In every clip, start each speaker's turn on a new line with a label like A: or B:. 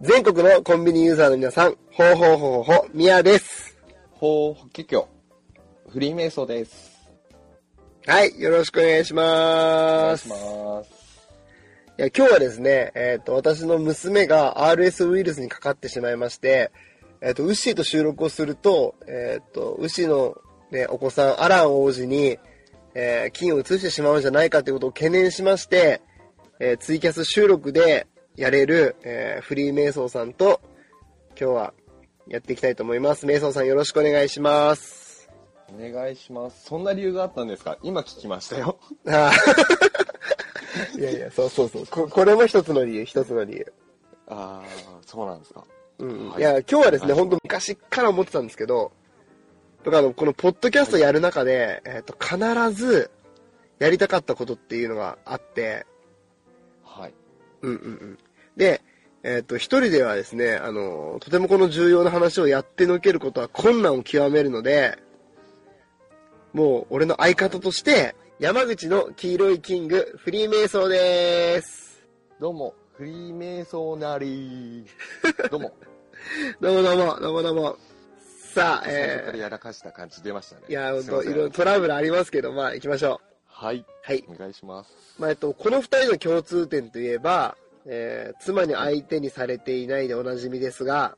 A: 全国のコンビニユーザーの皆さん、ほうほうほうほう、みやです。
B: ほう、結局、フリーメイソーです。
A: はい、よろしくお願いし
B: お願
A: ま
B: い
A: す。
B: し
A: い
B: ます。
A: や、今日はですね、えっ、と、私の娘が RS ウイルスにかかってしまいまして、えっ、と、ウッシーと収録をすると、えっ、と、ウッシーのね、お子さん、アラン王子に、えー菌を移してしまうんじゃないかということを懸念しまして、えーツイキャス収録でやれる、えーフリーメイソーさんと、今日はやっていきたいと思います。メイソーさんよろしくお願いします。
B: お願いします。そんな理由があったんですか今聞きましたよ。
A: ああ いやいや、そうそうそう。ここれも一つの理由、一つの理由。
B: ああ、そうなんですか。
A: うん。
B: はい
A: い、や、今日はですね、
B: はい
A: 本当昔から思ってたんですけど、僕あの、このポッドキャストやる中で、えっ、と、必ずやりたかったことっていうのがあって、
B: はい。
A: うんうんうん。で、えっ、と、一人ではですね、あの、とてもこの重要な話をやってのけることは困難を極めるので、もう、俺の相方として、山口の黄色いキング、フリーメイソーです。
B: どうも、フリーメイソーな りどうも、
A: どうもどうも、どうもどうも。さあ、
B: 最初から
A: え
B: やらかした感じ出ましたね。
A: ー、いや、ほん
B: すま
A: と、い
B: せん
A: ろいろトラブルありますけど、まあ、行きましょう。
B: はい。
A: はい。
B: お願いします。
A: まあ、えっと、この二人の共通点といえば、えー、妻に相手にされていないでおなじみですが、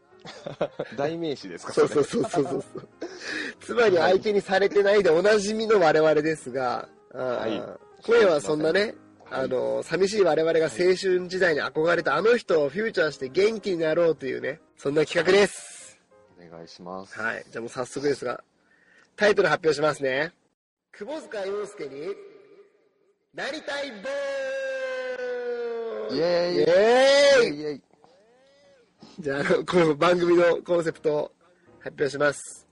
B: 代名詞ですか
A: そうそうそうそう そうそう。妻に相手にされてないでおなじみの我々ですが、あー
B: はい
A: 今夜はそんなね、
B: はい
A: あの、寂しい我々が青春時代に憧れたあの人をフューチャーして元気になろうというね、そんな企画です。
B: お願いします。
A: はい。じゃあもう早速ですが、タイトル発表しますね。窪塚洋介になりたいボー
B: イ
A: イ
B: ェー
A: イエーイ
B: イイェイイェイ
A: じゃあ、あのこの番組のコンセプトを発表します。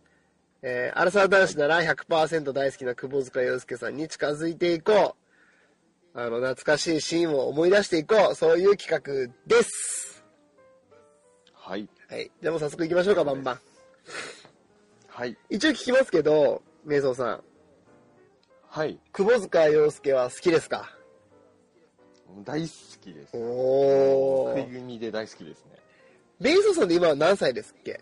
A: えー、アラサー男子なら100%大好きな窪塚洋介さんに近づいていこう。あの、懐かしいシーンを思い出していこう。そういう企画です。
B: はい。
A: はい。じゃあもう早速行きましょうか、バンバン。
B: はい。
A: 一応聞きますけど、メイソーさん。
B: はい。
A: 窪塚洋介は好きですか
B: 大好きです。
A: お
B: 食い組で大好きですね。
A: ベイソーさんで今は何歳ですっけ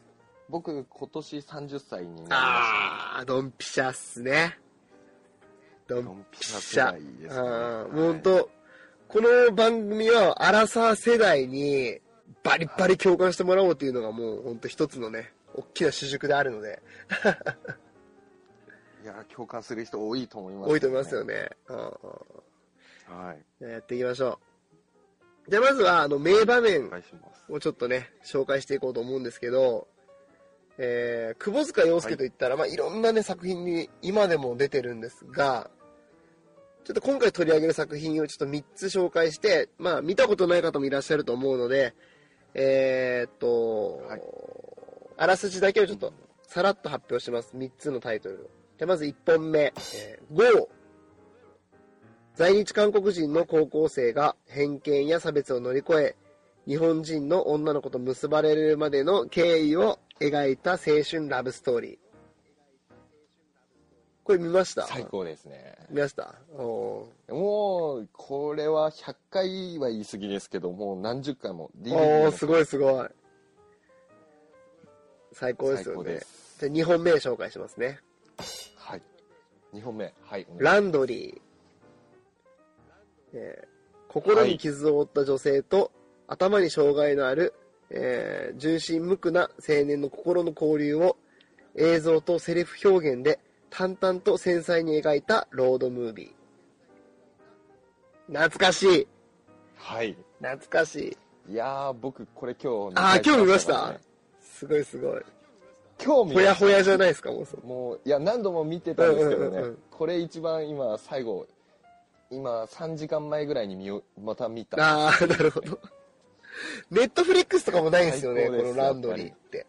B: 僕、今年30歳になりました。
A: あー、ドンピシャっすね。ド
B: ド
A: ン
B: ンピ
A: ピ
B: シ
A: シ
B: ャ世
A: ャ。
B: 代ですね。
A: あー
B: はい
A: もうほんと、この番組はアラサー世代にバリバリ共感してもらおうっていうのがもうほんと一つのね、大きな主軸であるの で、
B: いや、共感する人多いと思います、
A: 多いと思いますよ。ね。うん
B: はい。
A: うんやっていきましょう。じゃあまずは、あの、名場面
B: お願いします。
A: をちょっとね、紹介していこうと思うんですけど、えー、窪塚洋介といったら、い、まあいろんなね、作品に今でも出てるんですが、ちょっと今回取り上げる作品をちょっと3つ紹介して、まあ見たことない方もいらっしゃると思うので、えー、っと、
B: はい
A: あらすじだけをちょっとさらっと発表します。3つのタイトルを。じゃあまず1本目、えー、GO! 在日韓国人の高校生が偏見や差別を乗り越え、日本人の女の子と結ばれるまでの経緯を描いた青春ラブストーリー。これ見ました
B: 最高ですね。
A: 見ましたおー
B: もう、これは100回は言い過ぎですけど、もう何十回も DVD
A: お
B: の
A: ー、すごいすごい。最高です
B: 最
A: よ
B: 高
A: ね
B: で。
A: じゃあ2本目紹介しますね。
B: はい。2本目。はい。お願い
A: ランドリー。えー心に傷を負った女性と、頭に障害のある、えー重心無垢な青年の心の交流を映像とセリフ表現で淡々と繊細に描いたロードムービー。懐かしい。
B: はい。
A: 懐かしい。
B: いやー、僕、これ今日、
A: あー、今日見まし
B: から
A: た
B: ね
A: すごいすごい。
B: 今日見
A: ほ
B: ま
A: や
B: した。
A: ほやじゃないですか、もうそ
B: もう、いや、何度も見てたんですけどね、
A: うんうんうんうん
B: これ一番今、最後、今、3時間前ぐらいに見よまた見た。
A: ああ、なるほど。ネットフリックスとかもないんですよね、
B: 最
A: こ
B: 高です
A: のランドリーって。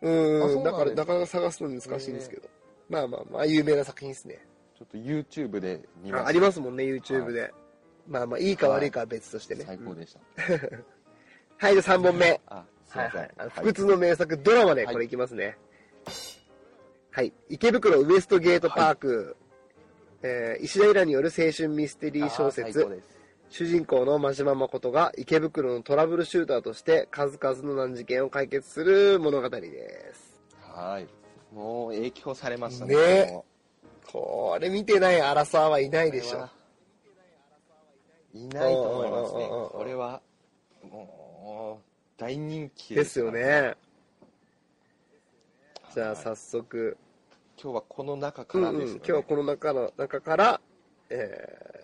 A: うーん、
B: あ
A: だ
B: そう
A: か
B: なん
A: ら
B: です
A: なかなか探すの難しいんですけど。まあまあまあ、有名な作品ですね。
B: ちょっと YouTube で見まし
A: あ
B: た。
A: ありますもんね、YouTube で。まあまあ、いいか悪いかは別としてね。
B: 最高でした。
A: はい、じゃあ3本目。
B: あ、すい
A: はい
B: ません。
A: はい。あの
B: はい
A: 不屈の名作、ドラマでこれいきますね。はい。池袋ウエストゲートパーク、えー石田イラによる青春ミステリー小
B: あー最
A: 説
B: 高、です
A: 主人公の真島誠が池袋のトラブルシューターとして数々の難事件を解決する物語です。
B: はい。もう影響されました
A: ね
B: ね。も
A: これ見てないアラサーはいな
B: う
A: いでしょ。。
B: いないと思います
A: う
B: ね
A: んうんうんうん。
B: これは、もう、大人気
A: ですよ。ね。じゃ
B: は
A: あ
B: い
A: 早速、
B: 今日はこの中から
A: うん
B: で
A: うん
B: すよね。
A: 今日はこの中の中から、えー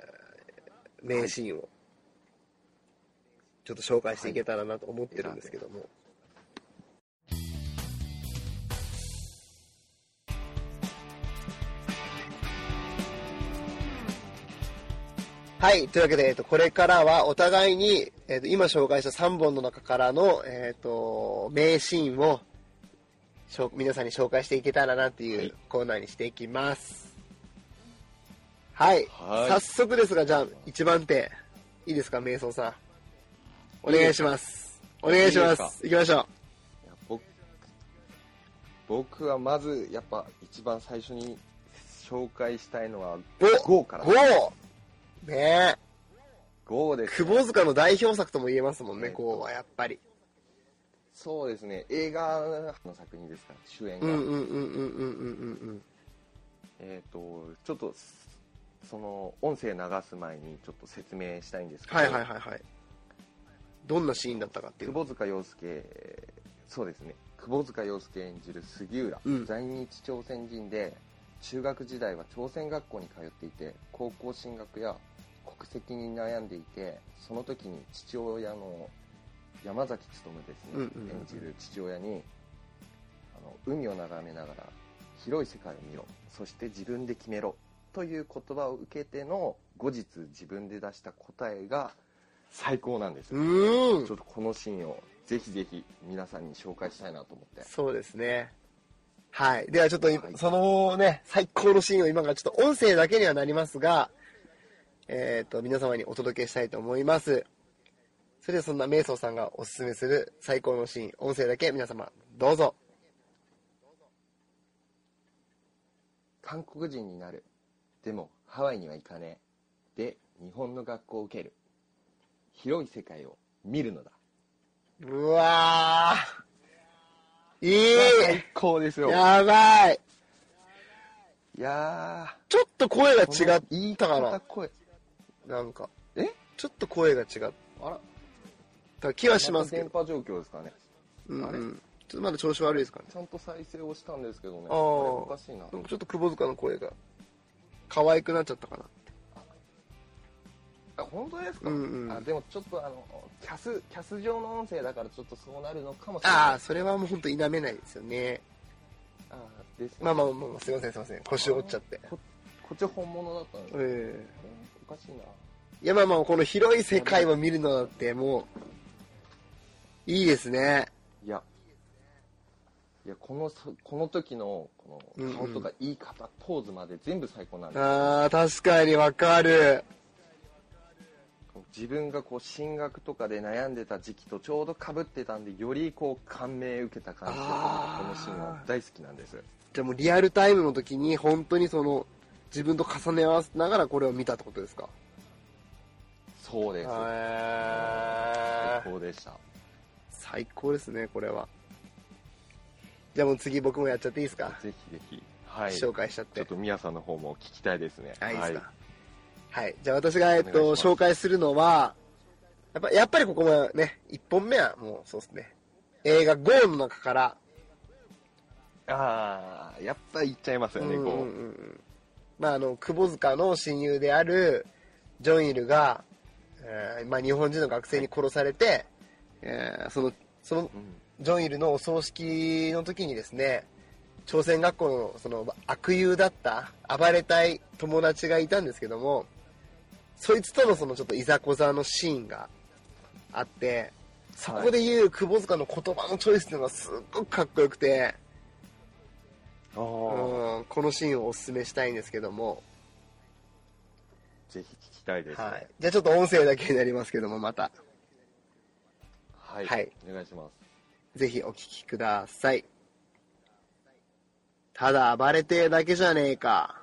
A: 名シーンをちょっと紹介していけたらなと思ってるんですけども、はい。というわけで、えっと、これからはお互いに、えっと、今紹介した3本の中からの、えっと、名シーンを、しょ皆さんに紹介していけたらなって
B: はいいう
A: コーナーにしていきます。はい。
B: はい
A: 早速ですが、じゃあ、1番手、いいですか、瞑想さん。お願いします。お願いしま
B: いいです
A: す。行きましょ
B: いや僕僕はまずやっぱ一番最初に紹介したいのは
A: う。
B: GO から
A: ゴーねえ。
B: GO ですね
A: 窪塚の代表作とも言えますもんね、
B: えっと
A: ゴーはやっぱり。
B: そうですね映画の作品ですから主
A: う
B: 演が、
A: んうんうんうんうんうんうん。
B: えっ、とちょっとその音声流す前にちょっと説明したいんですけど、
A: はいはいはいはい。どんなシーンだったかっていう。
B: 窪塚洋介そうですね窪塚洋介演じる杉浦、
A: うん
B: 在日朝鮮人で中学時代は朝鮮学校に通っていて高校進学や国籍に悩んでいてその時に父親の山崎努ですね、
A: うんうんうんうん
B: 演じる父親にあの海を眺めながら広い世界を見ろそして自分で決めろという言葉を受けての後日自分で出した答えが最高なんですよ
A: うー
B: ちょ
A: ん。
B: っとこのシーンをぜひぜひ皆さんに紹介したいなと思って。
A: そうですね。はい。ではちょっとい、
B: はい
A: そのね、最高のシーンを今からちょっと音声だけにはなりますが、えっ、と、皆様にお届けしたいと思います。それではそんな瞑想さんがおすすめする最高のシーン、音声だけ皆様、どうぞ。
B: 韓国人になる。でもハワイには行かねえ。で、日本の学校を受ける。広い世界を見るのだ。
A: うわー。い
B: 最
A: い
B: 高ですよ。いや
A: やばいちょっと声が
B: ー。この
A: 違
B: 言い
A: ったか
B: 方
A: な
B: 声。
A: なんか。
B: え
A: ちょっと声が違っ
B: あら、
A: た気はしますけ
B: た
A: ど
B: 電。波状況ですかね。
A: うん
B: あれ
A: うん、ちょっとまだ調子悪いですかね。
B: ちゃんと再生をしたんですけどね。
A: あー
B: これおかしいな。
A: なんかちょっと窪塚の声が可愛くなっちゃったかな。
B: あ、本当ですか、
A: うんうん
B: あ、でもちょっとあの、キャス、キャス上の音声だからちょっとそうなるのかもしれない。
A: ああ、それはもう本当否めないですよね。
B: あーですね
A: まあまあまあまあ、すいませんすいません。腰を折っちゃって。
B: ここっち本物だったんですよ、
A: ええ
B: おかしいない
A: やまあまあ、この広い世界を見るのだってもう、いいですね。
B: いやいやこのそこの時のこ
A: うんう
B: の
A: ん
B: 顔とか言い方、ポーズまで全部最高なんです
A: ああ、確かにわかる。
B: 自分がこう進学とかで悩んでた時期とちょうどかぶってたんでよりこう感銘受けた感じでこ
A: あー
B: のシーンは大好きなんです
A: じゃあもうリアルタイムの時に本当にその、自分と重ね合わせながらこれを見たってことですか
B: そうです
A: へ
B: 最
A: ー
B: 高でした
A: 最高ですね、これは。じゃあもう次僕もやっちゃっていいですか
B: ぜひぜひはいちょ
A: 紹介しちゃって
B: っ。とミヤさんの方も聞きたいですね
A: あ、いいです
B: は
A: か。はい。じゃあ私が、えっ
B: お願
A: と、
B: いします
A: 紹介するのは、やっぱ、やっぱりここもね、1本目はもうそうですね。映画 GO の中から、
B: ああやっぱ言っちゃいますよね、
A: うん
B: こ
A: うんうん
B: う
A: うんまあ、あの、窪塚の親友である、ジョンイルが、えーまあ、日本人の学生に殺されて、えーその、その
B: うん
A: ジョンイルのお葬式の時にですね、朝鮮学校のその悪友だった、暴れたい友達がいたんですけども、そいつとのそのちょっといざこざのシーンがあって、そこで言う窪塚の言葉のチョイスっていうのがすっごくかっこよくて、
B: あー
A: うん、このシーンをおすすめしたいんですけども、
B: ぜひ聞きたいです、ね
A: はい。じゃあちょっと音声だけになりますけども、また、
B: はい、
A: はい
B: お願いします
A: ぜひお聞きください。ただ暴れてえだけじゃねえか。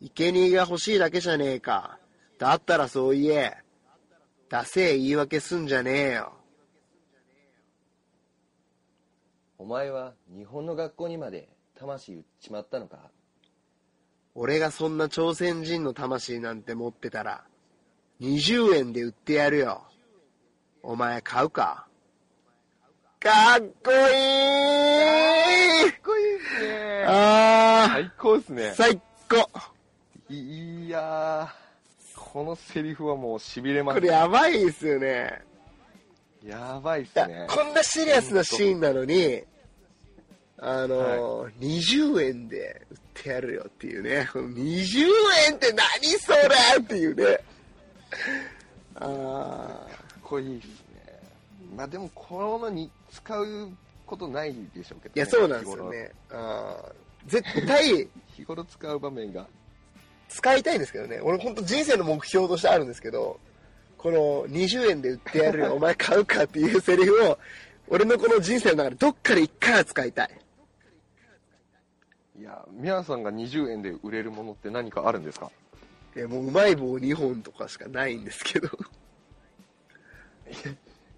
A: 生贄が欲しいだけじゃねえか。だったらそう言え。ダセえ言い訳すんじゃねえよ。
B: お前は日本の学校にまで魂売っちまったのか
A: 俺がそんな朝鮮人の魂なんて持ってたら、20円で売ってやるよ。お前買うかかっこいい
B: っこいいですね
A: あ
B: 最高ですね
A: あ、最高
B: いいやーこのセリフはもうしびれま
A: こ
B: す
A: れやばいですよね。
B: やばいっ
A: いや
B: すね
A: こんなシリアスなシーンなのに、あの、20円で売ってやるよっていうね、この20円って何それっていうね。あ
B: かっこいいっすねまあでもこのに使うことないでしょうけど、
A: ーいや、そうなんですよね。あー絶対
B: 日頃日頃使う場面が
A: 使いたいんですけどね、俺本当人生の目標としてあるんですけど、この20円で売ってやるよ、お前買うかっていうセリフを、俺のこの人生の中でどっかで一回は使いたい。
B: いや皆さんが20円で売れるものって何かあるんですか
A: いやもううまい棒2本とかしかないんですけ ど。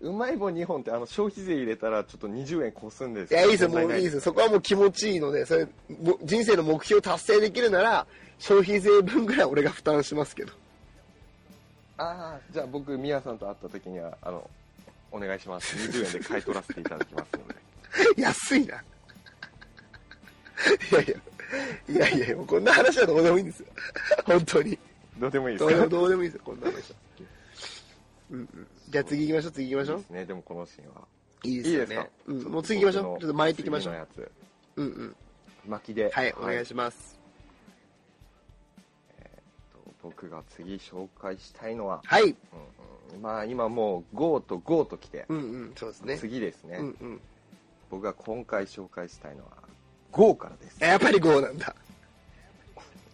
B: うまい棒2本ってあの消費税入れたらちょっと20円越すんで
A: い
B: すけ
A: や、
B: ど
A: いいですよ、も
B: 問
A: う
B: 題ない
A: いですよ。そこはもう気持ちいいので、それ、もう人生の目標達成できるなら、消費税分ぐらい俺が負担しますけど。
B: ああじゃあ僕みやさんと会った時にはあのお願いし ます20円で買い取らせていただきますので
A: 安いな。 いやいや、いやいやいや、もうこんな話はどうでもいいんですよ。 本当に。
B: どうでもいいで
A: ど
B: す
A: うで
B: か
A: もどうでもいいですよ、こんな話は。うんうん、じゃあ次行きましょう、次行きましょ
B: いうい。ですねでもこのシーンはい
A: いですよ
B: いいです
A: ね
B: か。
A: うん、もう次行きましょう。ちょっと巻いていきましょう。
B: 次のや
A: うんうん。
B: つ巻きでは
A: はい、お願いします。
B: 僕が次紹介したいのは、
A: はい。
B: うんうんまあ今もう GO と GO と来て、
A: うんうん、そうですね。
B: 次ですね、
A: うんうん。
B: 僕が今回紹介したいのは GO からです
A: やっぱり5なんだ。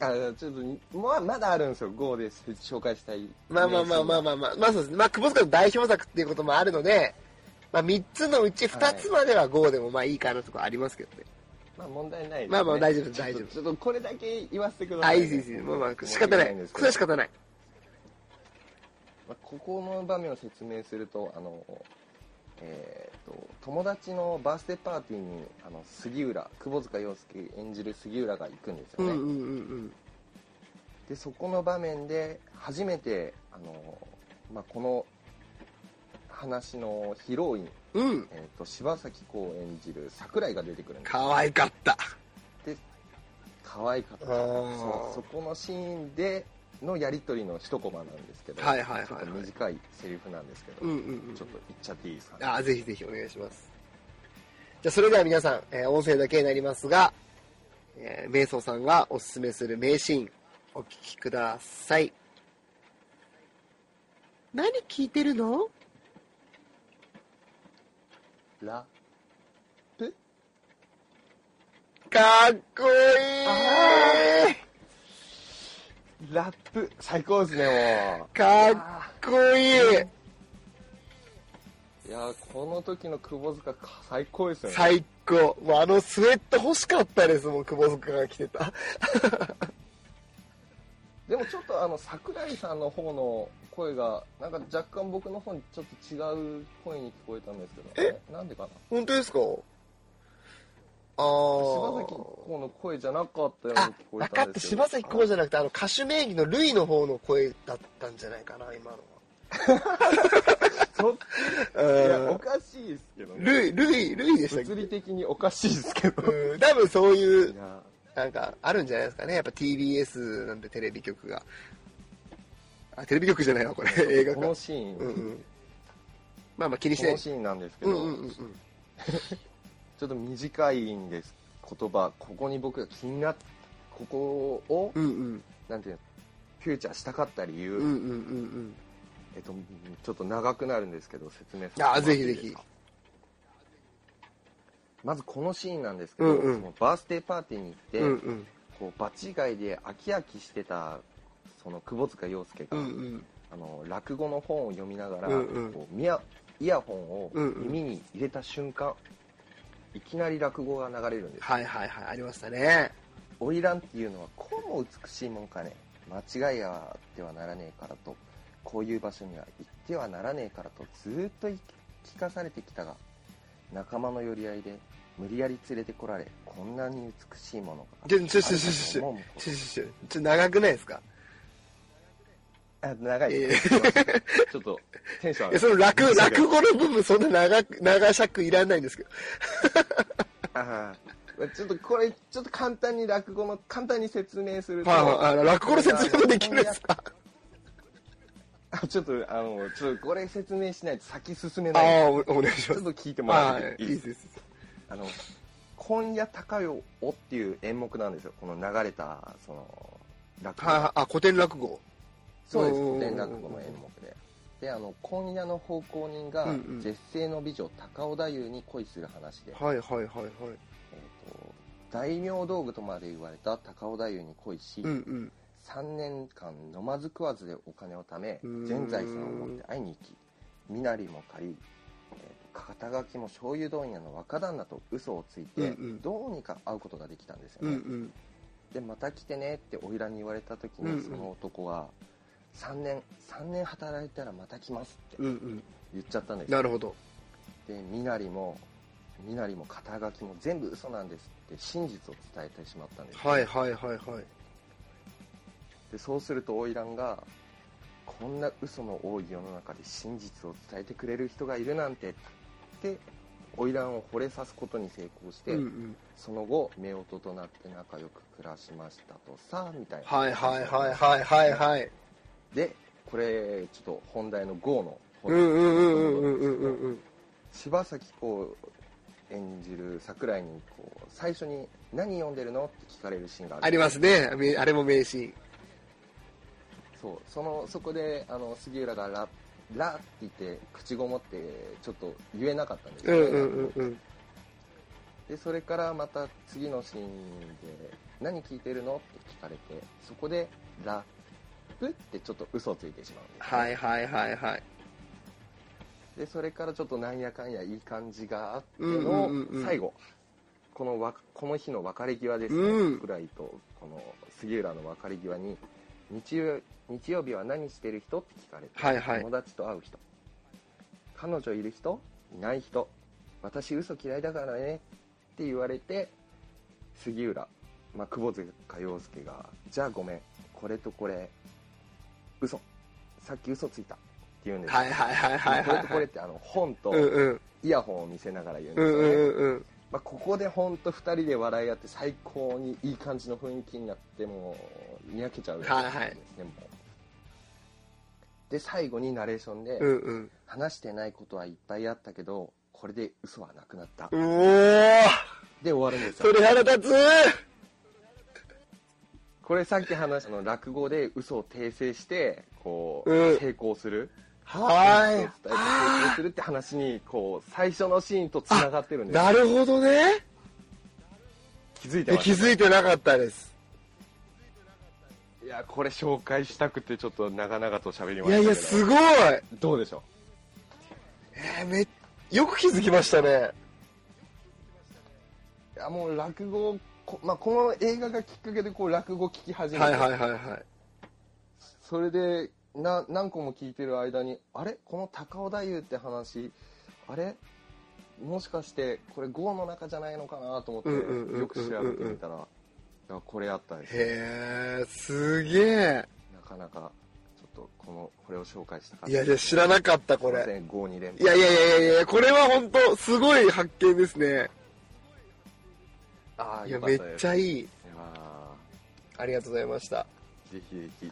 B: あちょっとまあまだあるんですよ GO です紹介したい
A: まあまあまあまあまあまあ、まあそうですね。まあ、窪塚の代表作っていうこともあるので、まあ3つのうち2つまでは5でもまあいいかなとかありますけどね。
B: まあ問題ないです、ね、
A: まあまあ大丈夫です大丈夫
B: ちょっとちょっとこれだけ言わせてくだ
A: あ、
B: さい、
A: いいですいいです。まあまあ仕方ない
B: 申し訳んで。す
A: そ
B: けど
A: れは仕方ない。
B: まあここの場面を説明するとあのえーと友達のバースデーパーティーにあの杉浦窪塚洋介演じる杉浦が行くんです
A: う
B: よ
A: んう
B: ね、
A: んうん
B: でそこの場面で初めてあの、まあ、この話のヒロイン、
A: うん。うん。
B: えー、と柴咲コウ演じる桜井が出てくるんです
A: 可愛かった。
B: 可愛かった
A: あー
B: そうそこのシーンでのやり取りの一コマなんですけど、
A: はいはい
B: ちょっ
A: はい
B: と
A: はい。
B: 短いセリフなんですけど、
A: うんうんうん
B: ちょっ。と言っちゃっていいですかね
A: あ、ぜひぜひお願いします。じゃあそれでは皆さん、えー音声だけになりますが、えー、瞑想さんがおすすめする名シーン、お聞きください。何聞いてるの
B: ラ
A: かっこいい
B: ラップ最高ですねもう
A: かっ
B: あ
A: こいい
B: ーいやーこの時の窪塚か最高ですよね
A: 最高もうあのスウェット欲しかったですもん久保塚が着てた
B: でもちょっとあの桜井さんの方の声がなんか若干僕の方にちょっと違う声に聞こえたんですけどえなんでかな
A: 本当ですかあ
B: 柴咲
A: あ
B: コウの声じゃなかったように
A: あ
B: 聞、こ
A: 分か
B: えた
A: っ
B: ん
A: た。
B: ですけど
A: 柴咲コウじゃなくて、あの、歌手名義のルイの方の声だったんじゃないかな、今の
B: そっいやお
A: は。
B: かしいですけど
A: う
B: ね
A: ん。ルイ、ルイ、ルイでしたっけ
B: 物理的におかしいですけど
A: うん、多分そうい、
B: いうや
A: なんか、あるんじゃないですかね。やっぱ TBS なんでテレビ局が。あ、テレビ局じゃないわ、これ。映画
B: こ
A: か
B: の。シーン、
A: うんう
B: こ
A: ん。まあまあ気にしない
B: の
A: です。
B: シーンなんですけ
A: う
B: ど、
A: んうんうんうん。
B: ちょっと短いんです言葉ここに僕が気になっここを、
A: うんうん。
B: なんていうのフューチャーしたかった理由、
A: うんうんうんうん。
B: えっと、ちょっと長くなるんですけど説明させて
A: あぜひ
B: もら
A: ぜ
B: っていい
A: ひ
B: ですか。まずこのシーンなんですけ
A: う
B: ど、
A: んうん
B: そのバースデーパーティーに行って、
A: うんうん。
B: こう場違いで飽き飽きしてたその窪塚洋介
A: う
B: が、
A: んうん。
B: あの落語の本を読みながら、
A: うんうん
B: こうミヤイヤホンを
A: うんうん
B: 耳に入れた瞬間、いきなり落語が流れるんです
A: はいはいはい、ありましたね。
B: 「花魁っていうのはこうも美しいもんかね」間違いがあってはならねえからとこういう場所には行ってはならねえからとずーっと言い聞かされてきたが仲間の寄り合いで無理やり連れてこられこんなに美しいものが
A: ちょちょちょちょちょ
B: あるかと思うこと
A: ちょちょちょちょ長くないですか
B: あ長いですちょっとテンション
A: いや
B: 上がる
A: その落落語の部分そんな長く長尺いらないんですけど
B: あーちょっとこれちょっと簡単に落語の簡単に説明すると、
A: はいはいはい落語の説明もできるんですか
B: あちょっとあのちょっとこれ説明しないと先進め
A: ああ
B: ない
A: ーおお願いし
B: ちょ
A: ます
B: っと聞いてもら
A: は
B: って
A: い
B: いい
A: い
B: で
A: い
B: すか
A: です
B: あの「今夜高よお」っていう演目なんですよこの流れたその落語
A: はいはいあ古典落語
B: そうです
A: うんうんうん
B: 古典落語の演目でであの今夜の奉公人が
A: うんうん
B: 絶世の美女高尾太夫に恋する話で、
A: はいはいはいはい
B: えーと大名道具とまで言われた高尾太夫に恋し、
A: うんうん
B: 3年間飲まず食わずでお金を貯め
A: うーん
B: 全財産を持って会いに行き身なりも借り、えーと肩書きも醤油問屋の若旦那と嘘をついて、
A: うんうん
B: どうにか会うことができたんですよ
A: うん
B: ね、
A: うん
B: でまた来てねっておいらに言われた時
A: うんう
B: に
A: ん
B: その男は3年3年働いたらまた来ますって
A: うんうん
B: 言っちゃったんですよ
A: なるほど
B: で身なりも身なりも肩書きも全部嘘なんですって真実を伝えてしまったんですよ
A: はいはいはいはい
B: でそうすると花魁がこんな嘘の多い世の中で真実を伝えてくれる人がいるなんてって花魁を惚れさすことに成功して、
A: うんうん
B: その後夫婦となって仲良く暮らしましたとさみたいな
A: はいはいはいはいはいはい
B: でこれちょっと本題の GO の方
A: うんうんうんうんうんうんうん
B: 柴咲コウ演じる桜井にこう最初に「何読んでるの?」って聞かれるシーンがある
A: ありますねみあれも名シーン
B: そうそのそこであの杉浦がラ「ラ」って言って口ごもってちょっと言えなかったんです
A: うんうん
B: ね
A: うんうん
B: でそれからまた次のシーンで「何聞いてるの?」って聞かれてそこで「ラップ」ってちょっと嘘をついてしまうんですね、
A: はいはいはいはい
B: でそれからちょっとなんやかんやいい感じがあって
A: うん
B: の
A: うんうんうん
B: 最後このわこの日の別れ際ですね、
A: うん
B: 桜井とこの杉浦の別れ際に日曜日曜日は何してる人って聞かれて、
A: はいはい
B: 友達と会う人彼女いる人いない人私嘘嫌いだからねって言われて杉浦、まあ、久保塚洋介が「じゃあごめんこれとこれ嘘さっき嘘ついた」って言うんですよ
A: はいはいはいはい
B: これ
A: はい
B: とこれってあの本と
A: うんうん
B: イヤホンを見せながら言うんで
A: う
B: す
A: ん
B: よ
A: う
B: ね、
A: んうんうん
B: まあ、ここで本当2人で笑い合って最高にいい感じの雰囲気になってもうにやけちゃうですね、
A: はいはい
B: もうで最後にナレーションで、
A: うんうん
B: 話してないことはいっぱいあったけどこれで嘘はなくなった、
A: うおー
B: で終わるんです
A: そ
B: よ
A: れ腹立つ
B: これさっき話したあの落語で嘘を訂正してこう、
A: うん
B: 成功する嘘を伝
A: は
B: えて成功するって話にこう最初のシーンとつながってるん
A: い
B: ですよ
A: なるほどね
B: 気づいて
A: え
B: ま
A: 気
B: す
A: づいてなかったです
B: いやこれ紹介したくてちょっと長々と喋りま
A: い
B: した
A: や
B: けど
A: いやすごい
B: どうでしょ
A: えーめよく気づきましたね
B: ういやもう落語こ,、まあ、この映画がきっかけでこう落語聞き始めて、
A: はいはいはいはい
B: それでな何個も聞いてる間にあれこの高尾太夫って話あれもしかしてこれ GO の中じゃないのかなと思って
A: うんうんうんうんうん
B: よく調べてみたらいやこれあったんですよ
A: へえすげえ
B: なかなかちょっとこのこれを紹介したかった
A: いやいや知らなかったこれ
B: GO に連
A: いやいやいやいやいやこれは本当すごい発見ですね
B: ああ
A: いや
B: よかっ
A: めった
B: です
A: ちゃいい
B: いやー
A: ありがとうございました
B: ぜひぜひ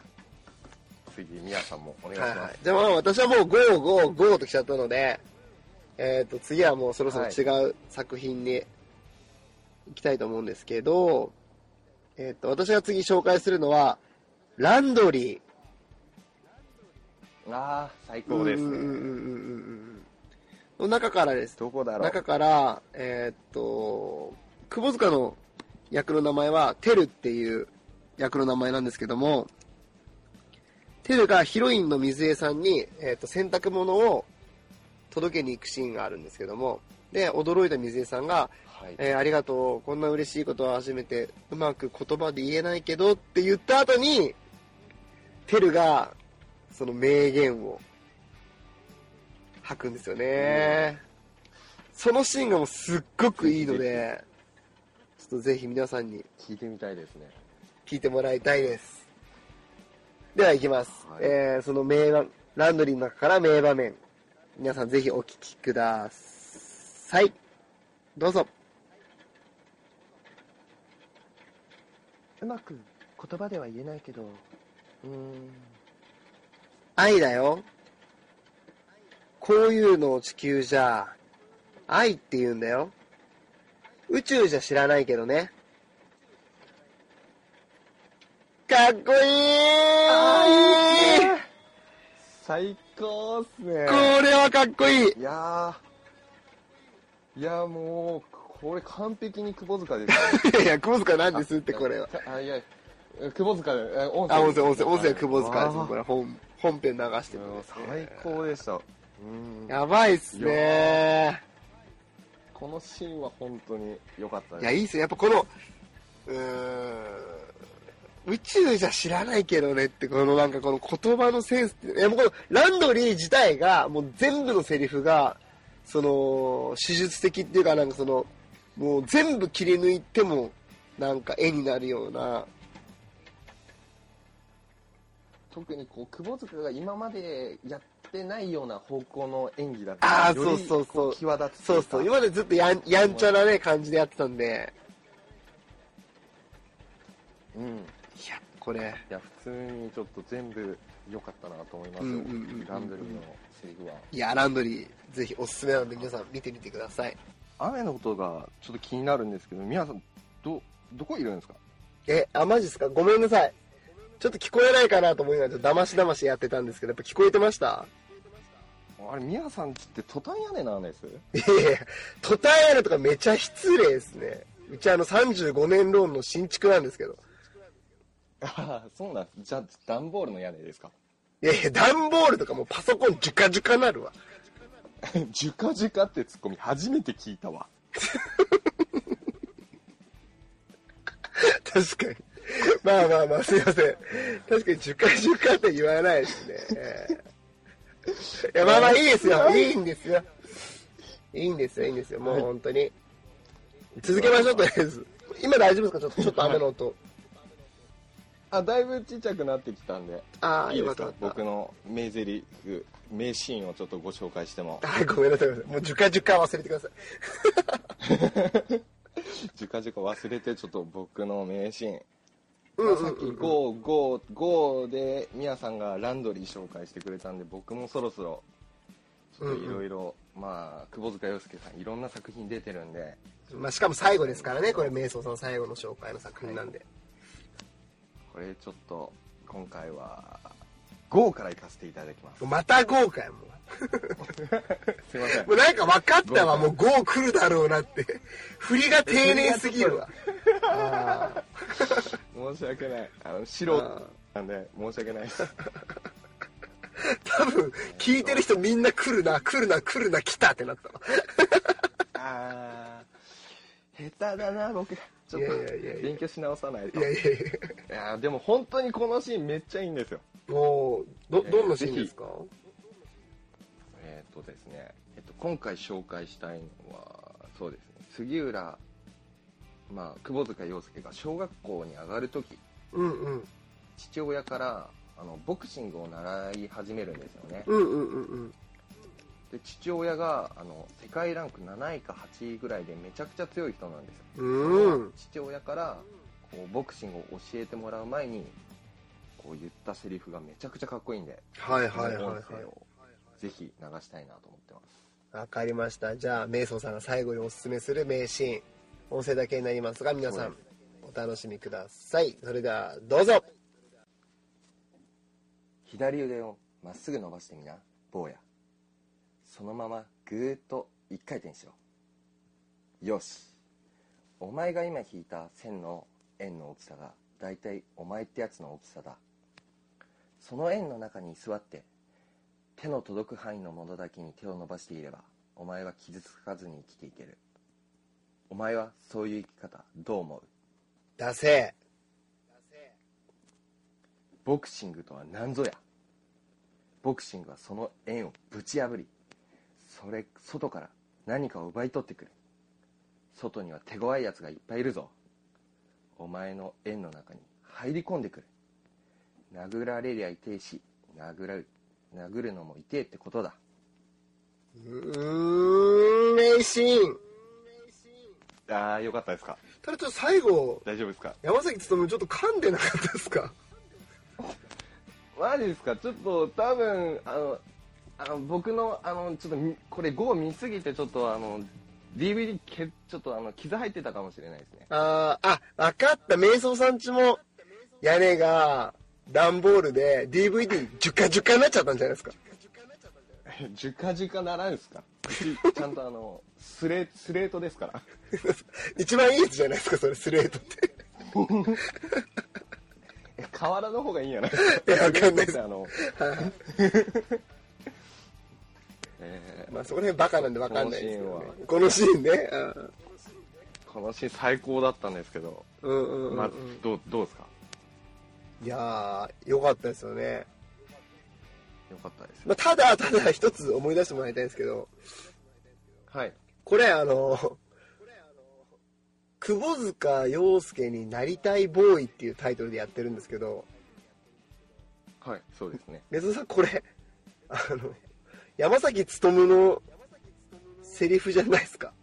B: 次みやさんもお願いし
A: は
B: ま
A: い
B: す、
A: はい、じゃあまあ私はもう5、5、5と来ちゃったので、えっ、と、次はもうそろそろ違う作品に行きたいと思うんですけど、えっ、と、私が次紹介するのは、ランドリー。
B: ああ最高です
A: うんうんうんうん
B: ね
A: うんうんの中からです。
B: どこだろう
A: 中から、えっ、と、窪塚の役の名前は、テルっていう役の名前なんですけども、テルがヒロインの水江さんに、えっ、と、洗濯物を届けに行くシーンがあるんですけども、で、驚いた水江さんが、
B: はい
A: えーありがとう、こんな嬉しいことは初めて、うまく言葉で言えないけどって言った後に、テルが、その名言を、吐くんですよね。そのシーンがもうすっごくいいので、ちょっとぜひ皆さんに
B: 聞いてみたいですね。
A: 聞いてもらいたいです。では行きます。
B: はい
A: えー、その名場、ランドリーの中から名場面、皆さんぜひお聞きください。どうぞ。
B: うまく言葉では言えないけど、うーん、
A: 愛だよ。こういうのを地球じゃ、愛って言うんだよ。宇宙じゃ知らないけどね。かっこいい
B: 最高っすね。
A: これはかっこいい
B: いやー、いやーもう、これ完璧に窪塚ですね。
A: いやいや、窪塚なんですって、これは。
B: あ、いや、窪塚で、え音声
A: あ、音声、音声、音声は窪塚ですね。
B: あー
A: これ本、本編流してるんですね、
B: 最高でした。うん。
A: やばいっすね
B: このシーンは本当に良かった
A: いや、
B: です。
A: いいっすよ。やっぱこの、うーん、宇宙じゃ知らないけどねって、このなんかこの言葉のセンスって、いやもうこのランドリー自体が、もう全部のセリフが、その、手術的っていうか、なんかその、もう全部切り抜いても、なんか絵になるような、
B: 特にこう、窪塚が今までやってないような方向の演技だっ
A: あ
B: た
A: ーそうそうそう
B: 際立つとい
A: そう
B: か
A: うそう、今までずっとやんやんちゃなね、感じでやってたんで、
B: うん。い
A: いや、これ、
B: や、普通にちょっと全部良かったなと思います
A: うん
B: よ
A: うんうんうん。
B: ランドリーのセリフは。
A: いや、ランドリー、ぜひおすすめなので皆さん見てみてください。
B: 雨のことがちょっと気になるんですけど、皆さん、ど、どこいるんですか
A: え、あ、マジですかごめんなさい。ちょっと聞こえないかなと思いながら、だましだましやってたんですけど、やっぱ聞こえてました
B: あれ、皆さんちってトタン屋根なんです
A: いやいや、トタン屋根とかめちゃ失礼ですね。うちあの35年ローンの新築なんですけど。
B: ああ、そうなんです。じゃあ、段ボールの屋根ですか
A: いやいや、段ボールとかもうパソコンジュカジュカなるわ。
B: ジュカジュカってツッコミ初めて聞いたわ。
A: 確かに。まあまあまあ、すいません。確かにジュカジュカって言わないですね。えーいや、まあまあいいですよ。いいんですよ。いいんですよ、いいんですよ。もう本当に。続けましょう、とりあえず。今大丈夫ですかちょっと、ちょっと雨の音。
B: あ、だいぶちっちゃくなってきたんで。
A: ああ、
B: いい
A: よ
B: で
A: かっ
B: す
A: た。よ
B: か
A: かった
B: 僕の名ゼリフ、名シーンをちょっとご紹介しても。
A: はい、ごめんなさい。ごめんなさいもう、ジュカジュカ忘れてください。
B: ジュカジュカ忘れて、ちょっと僕の名シーン。
A: う
B: さっき5、5、5で、みやさんがランドリー紹介してくれたんで、僕もそろそろ、ちょっといろいろ、まあ、窪塚洋介さん、いろんな作品出てるんで、
A: まあ、しかも最後ですからね、これ、瞑想さん最後の紹介の作品なんで。
B: これちょっと、今回は、5から行かせていただ きます。
A: また豪華やもん。
B: すいません
A: もう。なんか分かったわ、もう5来るだろうなって。振りが丁寧すぎるわ。あー
B: 申し訳ない。あの、素人なんで、申し訳ないです。
A: 多分、聞いてる人みんな来るな、来るな、来るな、来たってなったわ。
B: あー、下手だな、僕。ちょっ
A: いやいやいやいや
B: と、勉強し直さないと。
A: いやいやいや。
B: いやーでも本当にこのシーンめっちゃいいんですよ。
A: もう、ど、どんなシーンですか
B: えっ、とですね、えっと、今回紹介したいのは、そうですね、杉浦、まあ、窪塚洋介が小学校に上がるとき、
A: うんうん。
B: 父親からあのボクシングを習い始めるんですよね。
A: うんうんうんうん。
B: で、父親があの世界ランク7位か8位ぐらいでめちゃくちゃ強い人なんですよ。
A: うん。
B: 父親からこうボクシングを教えてもらう前に、こう言ったセリフがめちゃくちゃかっこいいんで、
A: はいはいはいは
B: この音声
A: い。
B: をぜひ流したいなと思ってます。
A: わかりました。じゃあ、瞑想さんが最後におすすめする名シーン、音声だけになりますが、皆さん、お楽しみください。それでは、どうぞ
B: 左腕をまっすぐ伸ばしてみな坊やそのままぐーっと一回転しろよしお前が今引いた線の円の大きさがだいたいお前ってやつの大きさだその円の中に座って手の届く範囲のものだけに手を伸ばしていればお前は傷つかずに生きていけるお前はそういう生き方どう思う
A: 出せ
B: ボクシングとは何ぞやボクシングはその縁をぶち破りそれ外から何かを奪い取ってくる外には手強いやつがいっぱいいるぞお前の縁の中に入り込んでくる殴られりゃ痛えし殴らう殴るのも痛えってことだ
A: うーん、名シーン。
B: ああよかったですか
A: ただちょっと最後、
B: 大丈夫ですか
A: 山崎努ちょっと噛んでなかったですか
B: マジですかちょっと多分あのあの僕のあのちょっとみこれ5見すぎてちょっとあの DVD けちょっとあの傷入ってたかもしれないです ね
A: あーあ、わかった。瞑想さんちも、屋根が、段ボールで DVD ジュカジュカになっちゃったんじゃないですか。
B: じゅかじゅかならんすかちちゃんとあのスレスレートですから
A: 一番いいやつじゃないですか、それ、スレートって。
B: え河原の方がいいんやない
A: いやわかんないです
B: あの、え
A: まあ、そこら辺バカなんでわかんないですけど、ね。こ
B: こ
A: のシーンね。
B: ーこのシーン最高だったんですけど、
A: うんうんうん、う
B: まあ
A: ん。、
B: どうどうですか
A: いやー、よかったですよね。
B: よかったです
A: まあ、ただ、ただ一つ思い出してもらいたいんですけど、
B: はい
A: これあの、窪塚洋介になりたいボーイっていうタイトルでやってるんですけど、
B: はいそうですね
A: メゾさんこれ、あの、山崎努のセリフじゃないですか。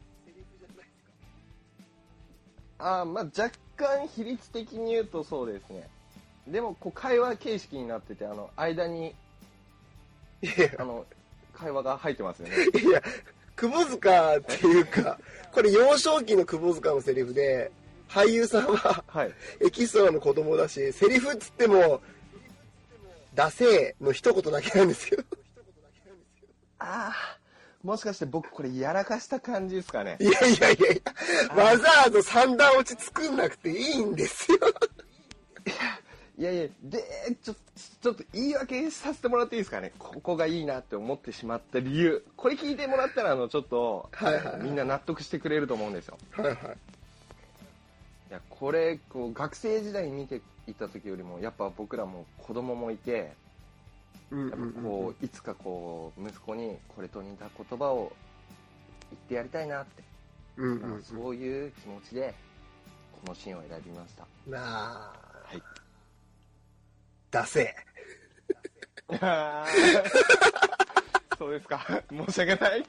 B: あーまあ若干比率的に言うとそうですねでもこう会話形式になっててあの間に
A: いや
B: あの会話が入ってますよね
A: いや、窪塚っていうか、これ幼少期の窪塚のセリフで、俳優さんは
B: はい
A: エキストラの子供だし、セリフっつっても、ダセーの一言だけなんですよ。
B: ああもしかして僕これやらかした感じですかね
A: いやいやいやいや、わざわざ三段落ち作んなくていいんですよ。
B: いやいやでちょちょっと言い訳させてもらっていいですかねここがいいなって思ってしまった理由これ聞いてもらったらあのちょっと、
A: はいはいはい
B: みんな納得してくれると思うんですよ
A: はいはい。
B: いやこれこう学生時代見ていた時よりもやっぱ僕らも子供もいて
A: うん
B: やっぱこういつかこう息子にこれと似た言葉を言ってやりたいなって、
A: うんうん
B: まあそういう気持ちでこのシーンを選びました
A: なあ、
B: はい
A: ダセ
B: そうですか申し訳ない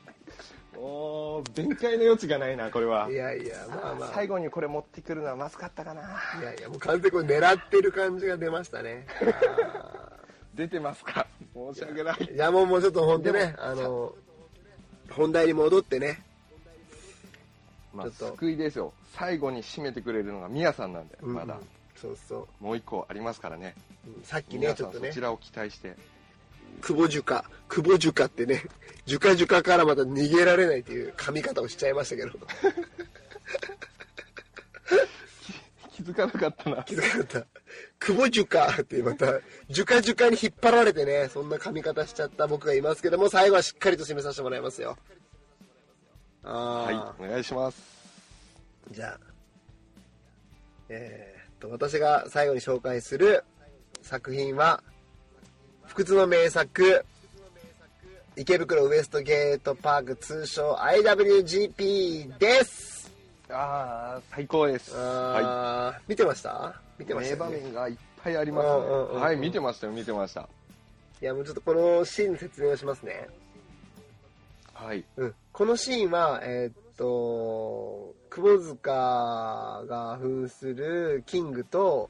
B: もう弁解の余地がないなこれは
A: え。いやいや、まあまあ。
B: 最後にこれ持ってくるのはまずかったかない
A: やいや、もう完全にこれ狙ってる感じが出ました ね。
B: 出てますか申し訳ない
A: いや、もうもうちょっと本当
B: で
A: ね、
B: も
A: あの、本題に戻ってね。
B: ま
A: ちょ
B: あ
A: っと
B: 救いですよ最後に締めてくれるのがミヤさんなんで
A: うん
B: まだ、
A: そうそう。
B: もう一個ありますからね
A: うんさっき
B: ミ
A: ね、
B: ヤ
A: ち
B: さ
A: ょっ
B: ん
A: と
B: そ
A: ね
B: ち、らを期待して
A: 久保樹か、久保樹かってね、樹か樹かからまた逃げられないという噛み方をしちゃいましたけど、
B: 気づかなかったな
A: 気づかなかった。久保樹かってまた、樹か樹かに引っ張られてね、そんな噛み方しちゃった僕がいますけども、最後はしっかりと締めさせてもらいますよ。ああ。
B: はいお願いします
A: じゃあ、えーっと、私が最後に紹介する作品は、不屈の名作、池袋ウエストゲートパーク通称 IWGP です、
B: ああ最高ですは
A: あー見てました見て
B: い
A: まし
B: 名
A: た
B: 場
A: よね。
B: 面がいっぱいありますね
A: うんうんうんうん
B: はい見てましたよ見てました
A: いや、もうちょっとこのシーンの説明をしますね。
B: はい
A: うん、このシーンは、えーっと、窪塚が扮するキングと、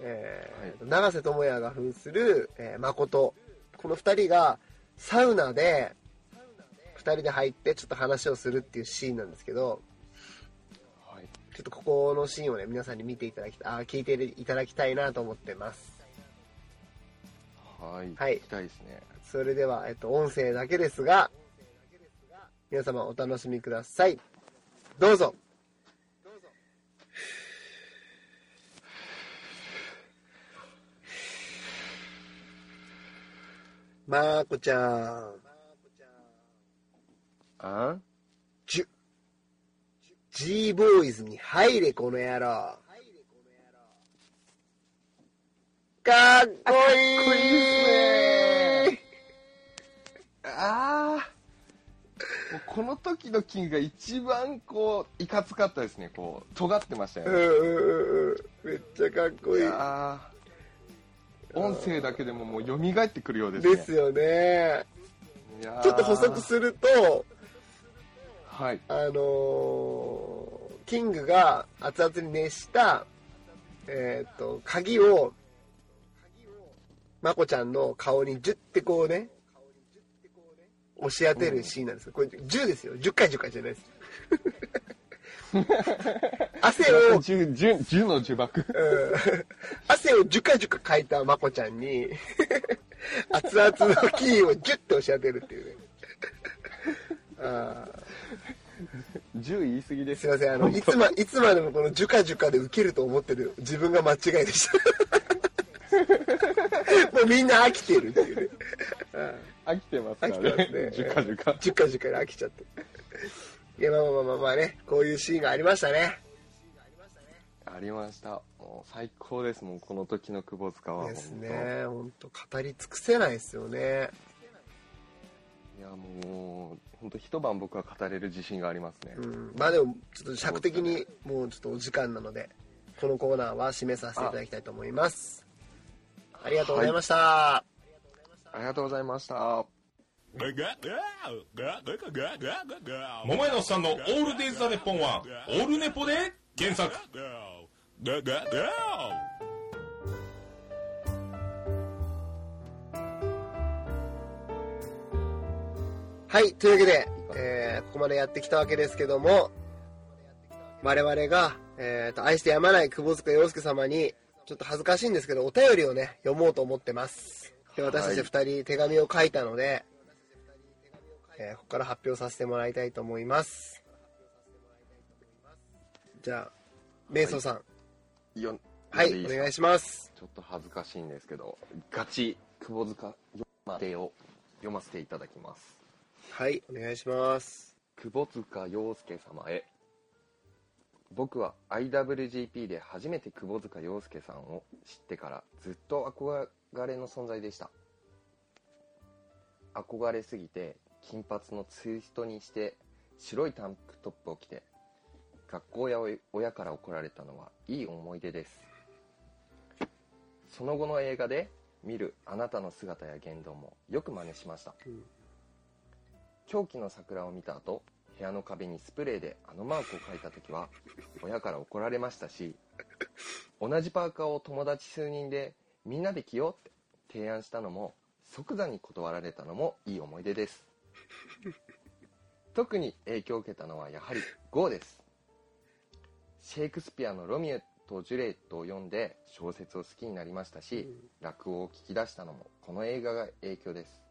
A: えー永瀬智也が扮する、えー誠。この二人がサウナで、二人で入ってちょっと話をするっていうシーンなんですけど、
B: はい
A: ちょっとここのシーンをね、皆さんに見ていただきたい、あー聞いていただきたいなと思ってます。
B: はい、
A: はい
B: 聞きたいですね
A: それでは、えっと、音声だけですが、皆様お楽しみください。どうぞ。まーこちゃん、
B: あん
A: ジュ、G ボーイズに入れこの野郎。かっこ
B: かっこいい
A: い
B: っすねああこの時の金が一番こういかつかったですねこう尖ってました
A: う
B: よね、
A: んうんうんうん。めっちゃかっこい
B: い
A: い。
B: やー音声だけでももう蘇ってくるようですね
A: ですよね。
B: いやー
A: ちょっと補足すると、
B: はい
A: あのーキングが熱々に熱した、えっ、と、鍵を、まこちゃんの顔にジュってこうね、押し当てるシーンなんですよ。これ10ですよ。10回10回じゃないです。汗を、うん、
B: 10, 10, 10の呪 縛
A: 汗を10回10回かいたまこちゃんに、熱々のキーをジュって押し当てるっていうね。あー
B: 10言い過ぎです
A: すい ません、あの、い つま、いつまでもこのジュカジュカでウケると思ってる自分が間違いで した。もうみんな飽きてるっていうね。
B: 飽きてますから
A: 飽きて
B: ね
A: ま すね
B: 10か10か
A: ジュカジュカで飽きちゃって。いや、まあまあまあまあまあね、こういうシーンがありましたね。
B: ありましたもう最高ですもうこの時の窪塚は
A: ですね。ほんと、語り尽くせないですよね。
B: いやもう本当一晩僕は語れる自信がありますね、
A: うん。まあでも、ちょっと尺的にもうちょっとお時間なので、このコーナーは締めさせていただきたいと思います。ありがとうございました。
B: ありがとうございました
C: 桃屋のおっさんのオールデイズ・ザ・ネッポンは、オールネポで検索。
A: はい、というわけで、えーここまでやってきたわけですけども、我々が、えーと、愛してやまない窪塚洋介様に、ちょっと恥ずかしいんですけど、お便りをね、読もうと思ってます。で、私たち二人手紙を書いたので、えーここから発表させてもらいたいと思います。じゃあ、メイソンさん、
B: よ
A: はい、
B: いい
A: お
B: ですか
A: 願いします。
B: ちょっと恥ずかしいんですけどガチ窪塚読までを読ませていただきます
A: はい、お願いします。
B: 窪塚洋介様へ僕は IWGP で初めて窪塚洋介さんを知ってからずっと憧れの存在でした憧れすぎて金髪のツイストにして白いタンクトップを着て学校や親から怒られたのはいい思い出ですその後の映画で見るあなたの姿や言動もよく真似しました狂気の桜を見た後部屋の壁にスプレーであのマークを描いた時は親から怒られましたし同じパーカーを友達数人でみんなで着ようって提案したのも即座に断られたのもいい思い出です特に影響を受けたのはやはりゴーですシェイクスピアの「ロミオとジュレット」を読んで小説を好きになりましたし落語を聞き出したのもこの映画が影響です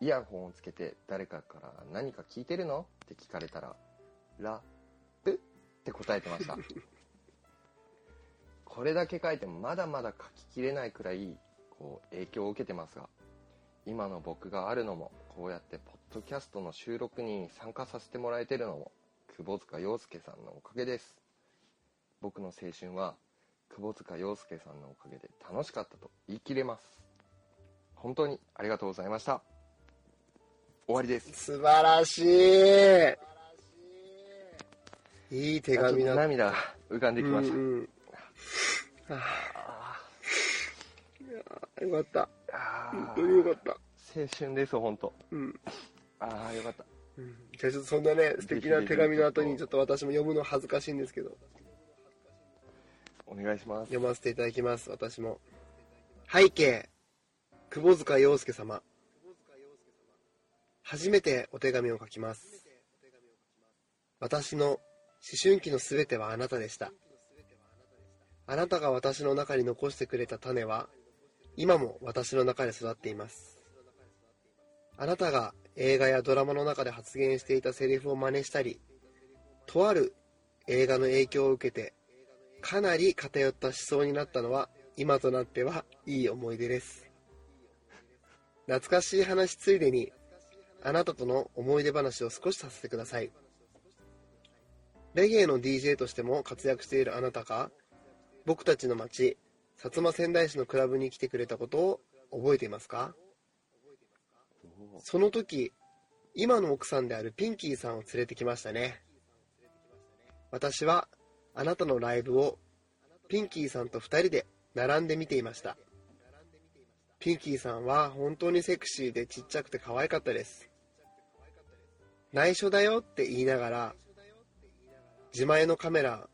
B: イヤホンをつけて誰かから何か聞いてるのって聞かれたら、ラップって答えてました。これだけ書いてもまだまだ書ききれないくらいこう影響を受けてますが、今の僕があるのも、こうやってポッドキャストの収録に参加させてもらえてるのも、窪塚洋介さんのおかげです。僕の青春は、窪塚洋介さんのおかげで楽しかったと言い切れます。本当にありがとうございました。終わりです。
A: 素晴らしい。いい手
B: ちょっと
A: 紙だった
B: 涙が浮かんできました、
A: うんうんあーいやーよかった
B: あー
A: 本当によかった、
B: 青春です本当
A: うん
B: ああよかった
A: うんじゃあちょっとそんなね素敵な手紙の後にちょっと私も読むの恥ずかしいんですけど
B: お願いします
A: 読ませていただきます私も背景窪塚洋介様初めてお手紙を書きます私の思春期のすべてはあなたでしたあなたが私の中に残してくれた種は今も私の中で育っていますあなたが映画やドラマの中で発言していたセリフを真似したりとある映画の影響を受けてかなり偏った思想になったのは今となってはいい思い出です懐かしい話ついでにあなたとの思い出話を少しさせてくださいレゲエの DJ としても活躍しているあなたが僕たちの街薩摩仙台市のクラブに来てくれたことを覚えていますか
B: おー
A: その時、今の奥さんであるピンキーさんを連れてきましたね。私は、あなたのライブを、ピンキーさんと二人で並んで見ていました。ピンキーさんは本当にセクシーでちっちゃくて可愛かったです。内緒だよって言いながら、自前のカメラ、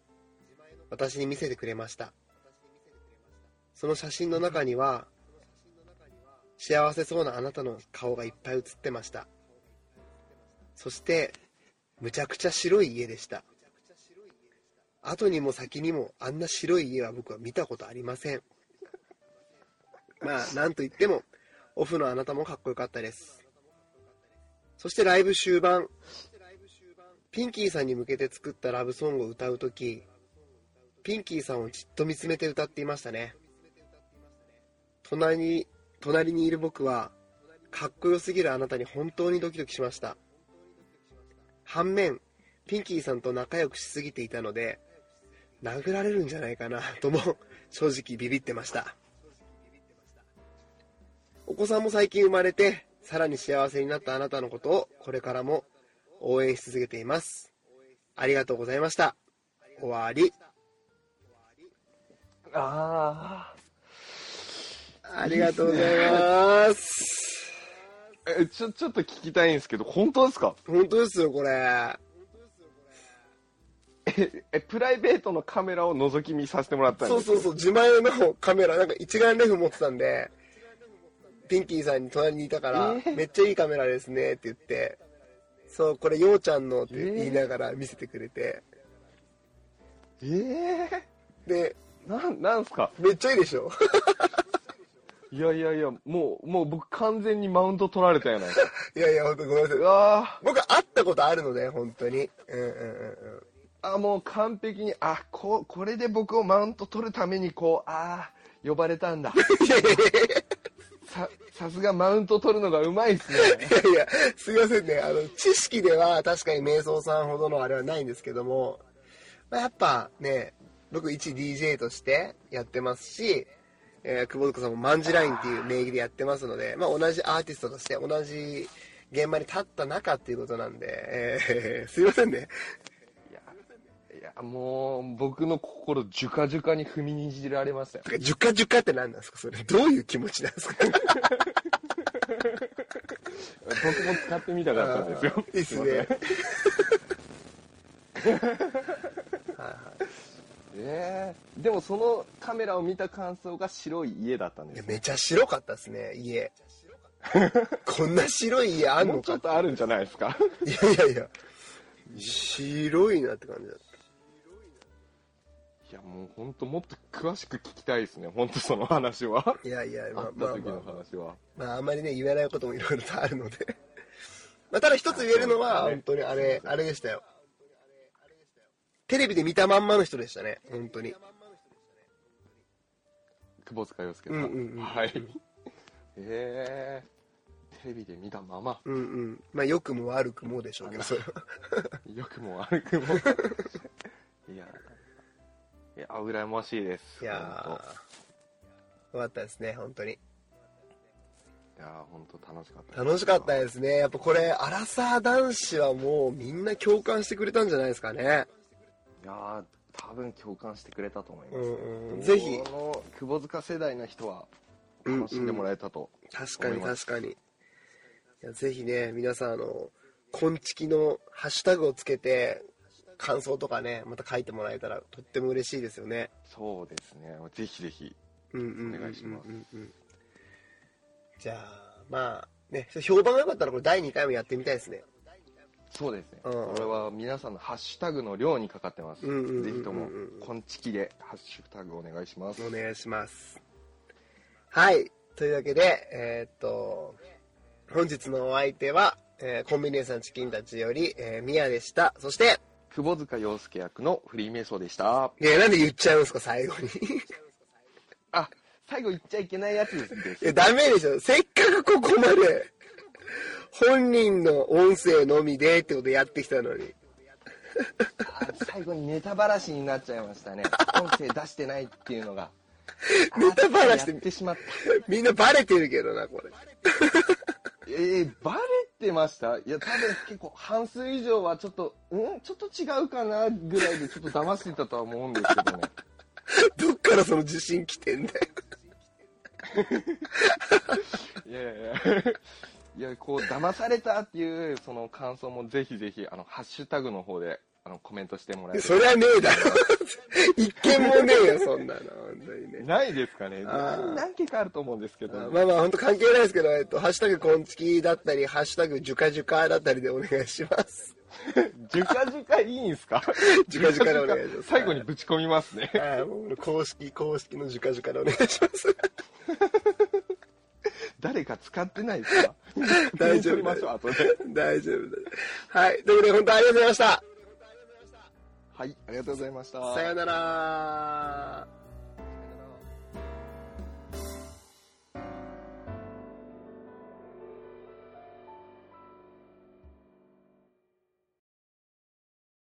A: 私に見せてくれました。その写真の中には、幸せそうなあなたの顔がいっぱい写ってましたそしてむちゃくちゃ白い家でした後にも先にもあんな白い家は僕は見たことありませんまあなんといってもオフのあなたもかっこよかったですそしてライブ終盤ピンキーさんに向けて作ったラブソングを歌う時ピンキーさんをじっと見つめて歌っていましたね隣に隣にいる僕はかっこよすぎるあなたに本当にドキドキしました反面ピンキーさんと仲良くしすぎていたので殴られるんじゃないかなとも 正直ビビってましたお子さんも最近生まれてさらに幸せになったあなたのことをこれからも応援し続けていますありがとうございました終わり
B: あ
A: ありがとうございます
B: あえちょちょっと聞きたいんですけど本当ですか
A: 本当ですよこれ
B: ええプライベートのカメラを覗き見させてもらったん
A: そう
B: です
A: そうそう、自前のカメラ、なんか一眼レフ持ってたんで、ピンキーさんに隣にいたから、
B: えー
A: めっちゃいいカメラですねって言って、そう、これ、ようちゃんのって言いながら見せてくれて、
B: ええ
A: で、
B: なんなんすか
A: めっちゃいいでしょ
B: いやいやいやもうもう僕完全にマウント取られたや ないか。
A: いやいや、ほんとごめんなさいう
B: わ
A: 僕、会ったことあるので、本当に。うんうんうんうん。
B: ーあもう完璧にあこうこれで僕をマウント取るためにこうああ呼ばれたんだ
A: いやいやい
B: ささすがマウント取るのがうまいっすね
A: やいや、すいませんね。あの、知識では確かに瞑想さんほどのあれはないんですけども、まあ、やっぱね、僕一 DJ としてやってますし、えー、久保塚さんもマンジラインっていう名義でやってますので、まあ、同じアーティストとして同じ現場に立った中っていうことなんで、えー、すいませんね。
B: いやもう僕の心ジュカジュカに踏みにじられましたよ
A: なんかジュカジュカって何なんですかそれ。どういう気持ちなんですか
B: 僕も使ってみたかったんですよ
A: いいっすね。はいはい
B: ええでもそのカメラを見た感想が白い家だったん
A: い
B: で
A: や
B: す
A: めちゃ白かったですね家こんな白い家あん
B: も
A: の
B: うちょ
A: か
B: っとあるんじゃないですか
A: いやいやいや白いなって感じだっ
B: いやもう本当もっと詳しく聞きたいですね本当その話は
A: たいやいやま
B: あ
A: あ
B: っ
A: ま
B: た
A: あ
B: 時
A: ま
B: の
A: あ、
B: 話は
A: まあ、あんまりね言えないこともいろいろとあるので まあただ一つ言えるのは
B: そうですね
A: 本当にあれあれでしたよテレビで見たまんまの人でしたね本当に
B: 久保塚洋介さん、
A: うんうんうん
B: はいええテレビで見たまま
A: うんうんまあ良くも悪くもでしょうけどそれは
B: 良くも悪くもいやいや羨ましいです
A: いやーよかったですね本当に
B: ーいやー本当楽しかったです
A: 楽しかったですね。やっぱこれ、アラサー男子はもうみんな共感してくれたんじゃないですかね。
B: いやー多分共感してくれたと思います、
A: うんうんぜひ
B: この久保塚世代の人は
A: うんうん
B: 楽しんでもらえたと、
A: 確かに確かに。いやぜひね、皆さん、あの、こんちきのハッシュタグをつけて、感想とかね、また書いてもらえたらとっても嬉しいですよね。
B: そうですねぜひぜひ
A: うんうんうんうんうんうん
B: お願いします
A: じゃあ、まあ、ね、評判が良かったらこれ第2回もやってみたいですね。
B: そうですね、
A: うんうん
B: これは皆さんのハッシュタグの量にかかってます、
A: うんうんうんうんうん
B: ぜひともこんちきでハッシュタグお願いします
A: お願いします。はい。というわけで、えーっと、本日のお相手は、えーコンビニエンスのチキンたちより、えー、ミヤでした。そして、
B: 久保塚洋介役のフリーメイソーでした
A: ねなんで言っちゃうんですか、最後に。
B: あ最後言っちゃいけないやつです
A: いや、ダメでしょ。せっかくここまで、本人の音声のみでってことやってきたのに。
B: あ最後にネタばらしになっちゃいましたね音声出してないっていうのが
A: ネタバラし
B: や
A: て
B: ってしまった。
A: みんなバレてるけどな、これ。
B: えー、バレてましたいや、多分結構半数以上はちょっと、んちょっと違うかなぐらいでちょっと騙してたとは思うんですけどね。
A: どっからその自信来てんだよ。
B: いやいやいや。いや、こう、騙されたっていう、その感想もぜひぜひ、あの、ハッシュタグの方で、あの、コメントしてもらえ
A: そりゃねえだろ。一件もねえよ、そんなの。本当にね。
B: ないですかね
A: あー
B: 何件かあると思うんですけど、
A: まあまあ、本当関係ないですけど、えっと、ハッシュタグこんちきだったり、ハッシュタグじゅかじゅかだったりでお願いします。
B: じゅかじゅかいいんです か
A: じゅかじゅかでお願いします。
B: 最後にぶち込みますね。
A: はい。もう公式、公式のじゅかじゅかでお願いします。
B: 誰か使ってないですか
A: 大丈夫
B: 取りましょう、後で。
A: 大丈夫だ。はい。ということで、本当ありがとうございました。
B: はい、ありがとうございました。
A: さよなら。